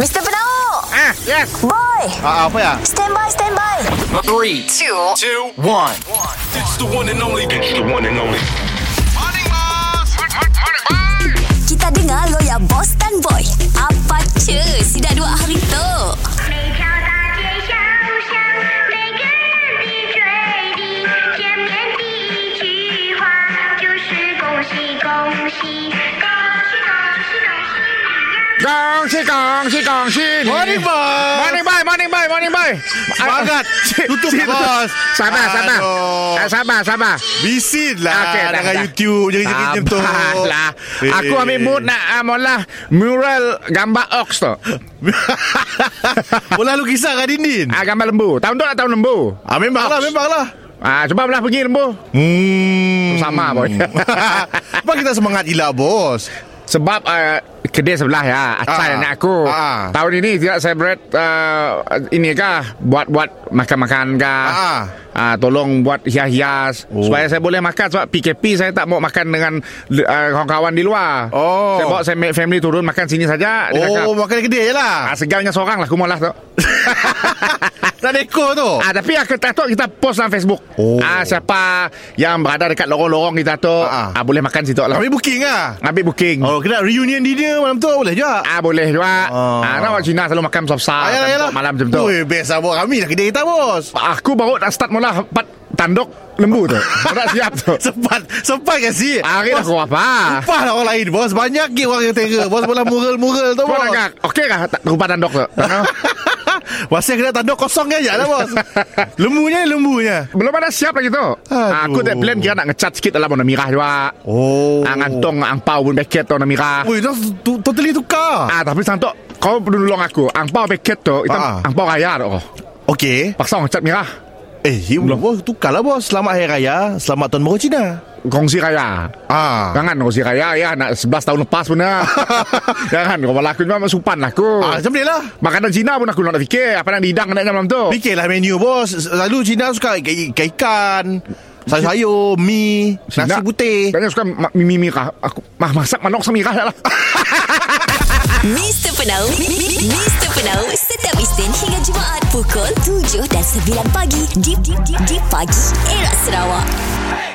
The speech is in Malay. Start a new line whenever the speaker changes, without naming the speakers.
Mr. Penau
Ah, yes.
Boy
Ah, apa ya?
Stand by, stand by
Three,
Two
two, one.
It's the one and only. It's the one and only.
Kita dengar lo ya Boss dan Boy Apa cu Si dah dua hari tu
每条大街小巷，每个人的嘴里，见面第一句话就是恭喜恭喜，恭喜恭喜恭喜你呀！
Gong si gong si gong si ni.
Morning, boss.
Morning boy, morning boy, morning boy.
Semangat.
Si-
Tutup, lah,
si-
boss.
Sabar, sabar.
Aduh.
Ah, Sabar, sabar.
Busy lah
Okey,
okay,
dah,
dengan
dah.
YouTube je kerja macam tu.
Sabarlah.
Eh.
Aku ambil mood nak ah, mula mural gambar ox tu.
Bola lukisan kat dinding.
Ah, gambar lembu. Tahun tu nak tahun lembu.
Ah, memang lah, memang lah.
Ah, cuba belah pergi lembu.
Hmm.
Sama, boy.
Sebab kita semangat gila, bos.
Sebab uh, kedai sebelah ya
Ah.
Asal anak aku
Ah.
Tahun ini tidak celebrate uh, Ini kah Buat-buat makan-makan kah
Ah.
Ah, Tolong buat hias-hias
Oh.
Supaya saya boleh makan Sebab PKP saya tak mau makan dengan uh, Kawan-kawan di luar
Oh.
Saya bawa saya make family turun makan sini saja Dia
Oh,
cakap,
makan kedai
ah,
je lah.
Segalnya seorang lah Kumolah tu
Nak dekor tu.
Ah, tapi aku tak tahu kita post dalam Facebook.
Oh.
Ah, siapa yang berada dekat lorong-lorong kita tu
Ah, ah.
ah. boleh makan situ lah.
Ambil booking lah.
Ambil booking.
Oh, kena reunion dinner malam tu boleh juga.
Ah boleh juga.
Ah.
Ah, ah orang Cina selalu makan besar-besar.
Ayalah, ayalah.
Malam macam tu.
Ui, best lah, bos. Kami lah kedai kita, bos.
Aku baru nak start mula empat tanduk lembu tu. Aku nak siap tu.
Sempat Sempat kan si
Hari dah aku apa?
Sumpah lah orang lain bos Banyak ke orang yang tera Bos bola mural-mural tu
Kau
bos
nak kak? Okey kah tak- rupa tanduk tu?
Ah. Masih kena tanduk kosong je lah bos Lembunya lembunya
Belum ada siap lagi tu. Ah,
Aduh.
Aku tak plan kira nak ngecat sikit dalam warna merah juga.
Oh
Ah, ngantong angpau pun paket tu warna merah.
Ui dah tu, totally tukar
Ah tapi santok kau perlu tolong aku. Angpau paket tu, kita
Ah.
angpau raya tu. Oh.
Okey
Paksa ngecat merah.
Eh you, bos tukar lah bos Selamat Hari Raya Selamat Tahun Baru Cina
Kongsi raya.
Ah
Jangan kau si raya ya nak 11 tahun lepas pun lah. Jangan kau malah aku memang supan lah aku.
Ah, macam ni lah
Makanan Cina pun aku nak fikir Apa nak didang nak malam tu
Fikirlah menu bos Selalu Cina suka ikan- ikan Sayur-sayur Mi Nasi
Cina-
putih
Tanya suka ma- mimi mirah Aku mah masak manok semirah dah lah
Mr. Penau Mr. Penau Setiap Isnin hingga Jumaat Pukul 7 dan 9 pagi Di, di, di, di pagi Era Sarawak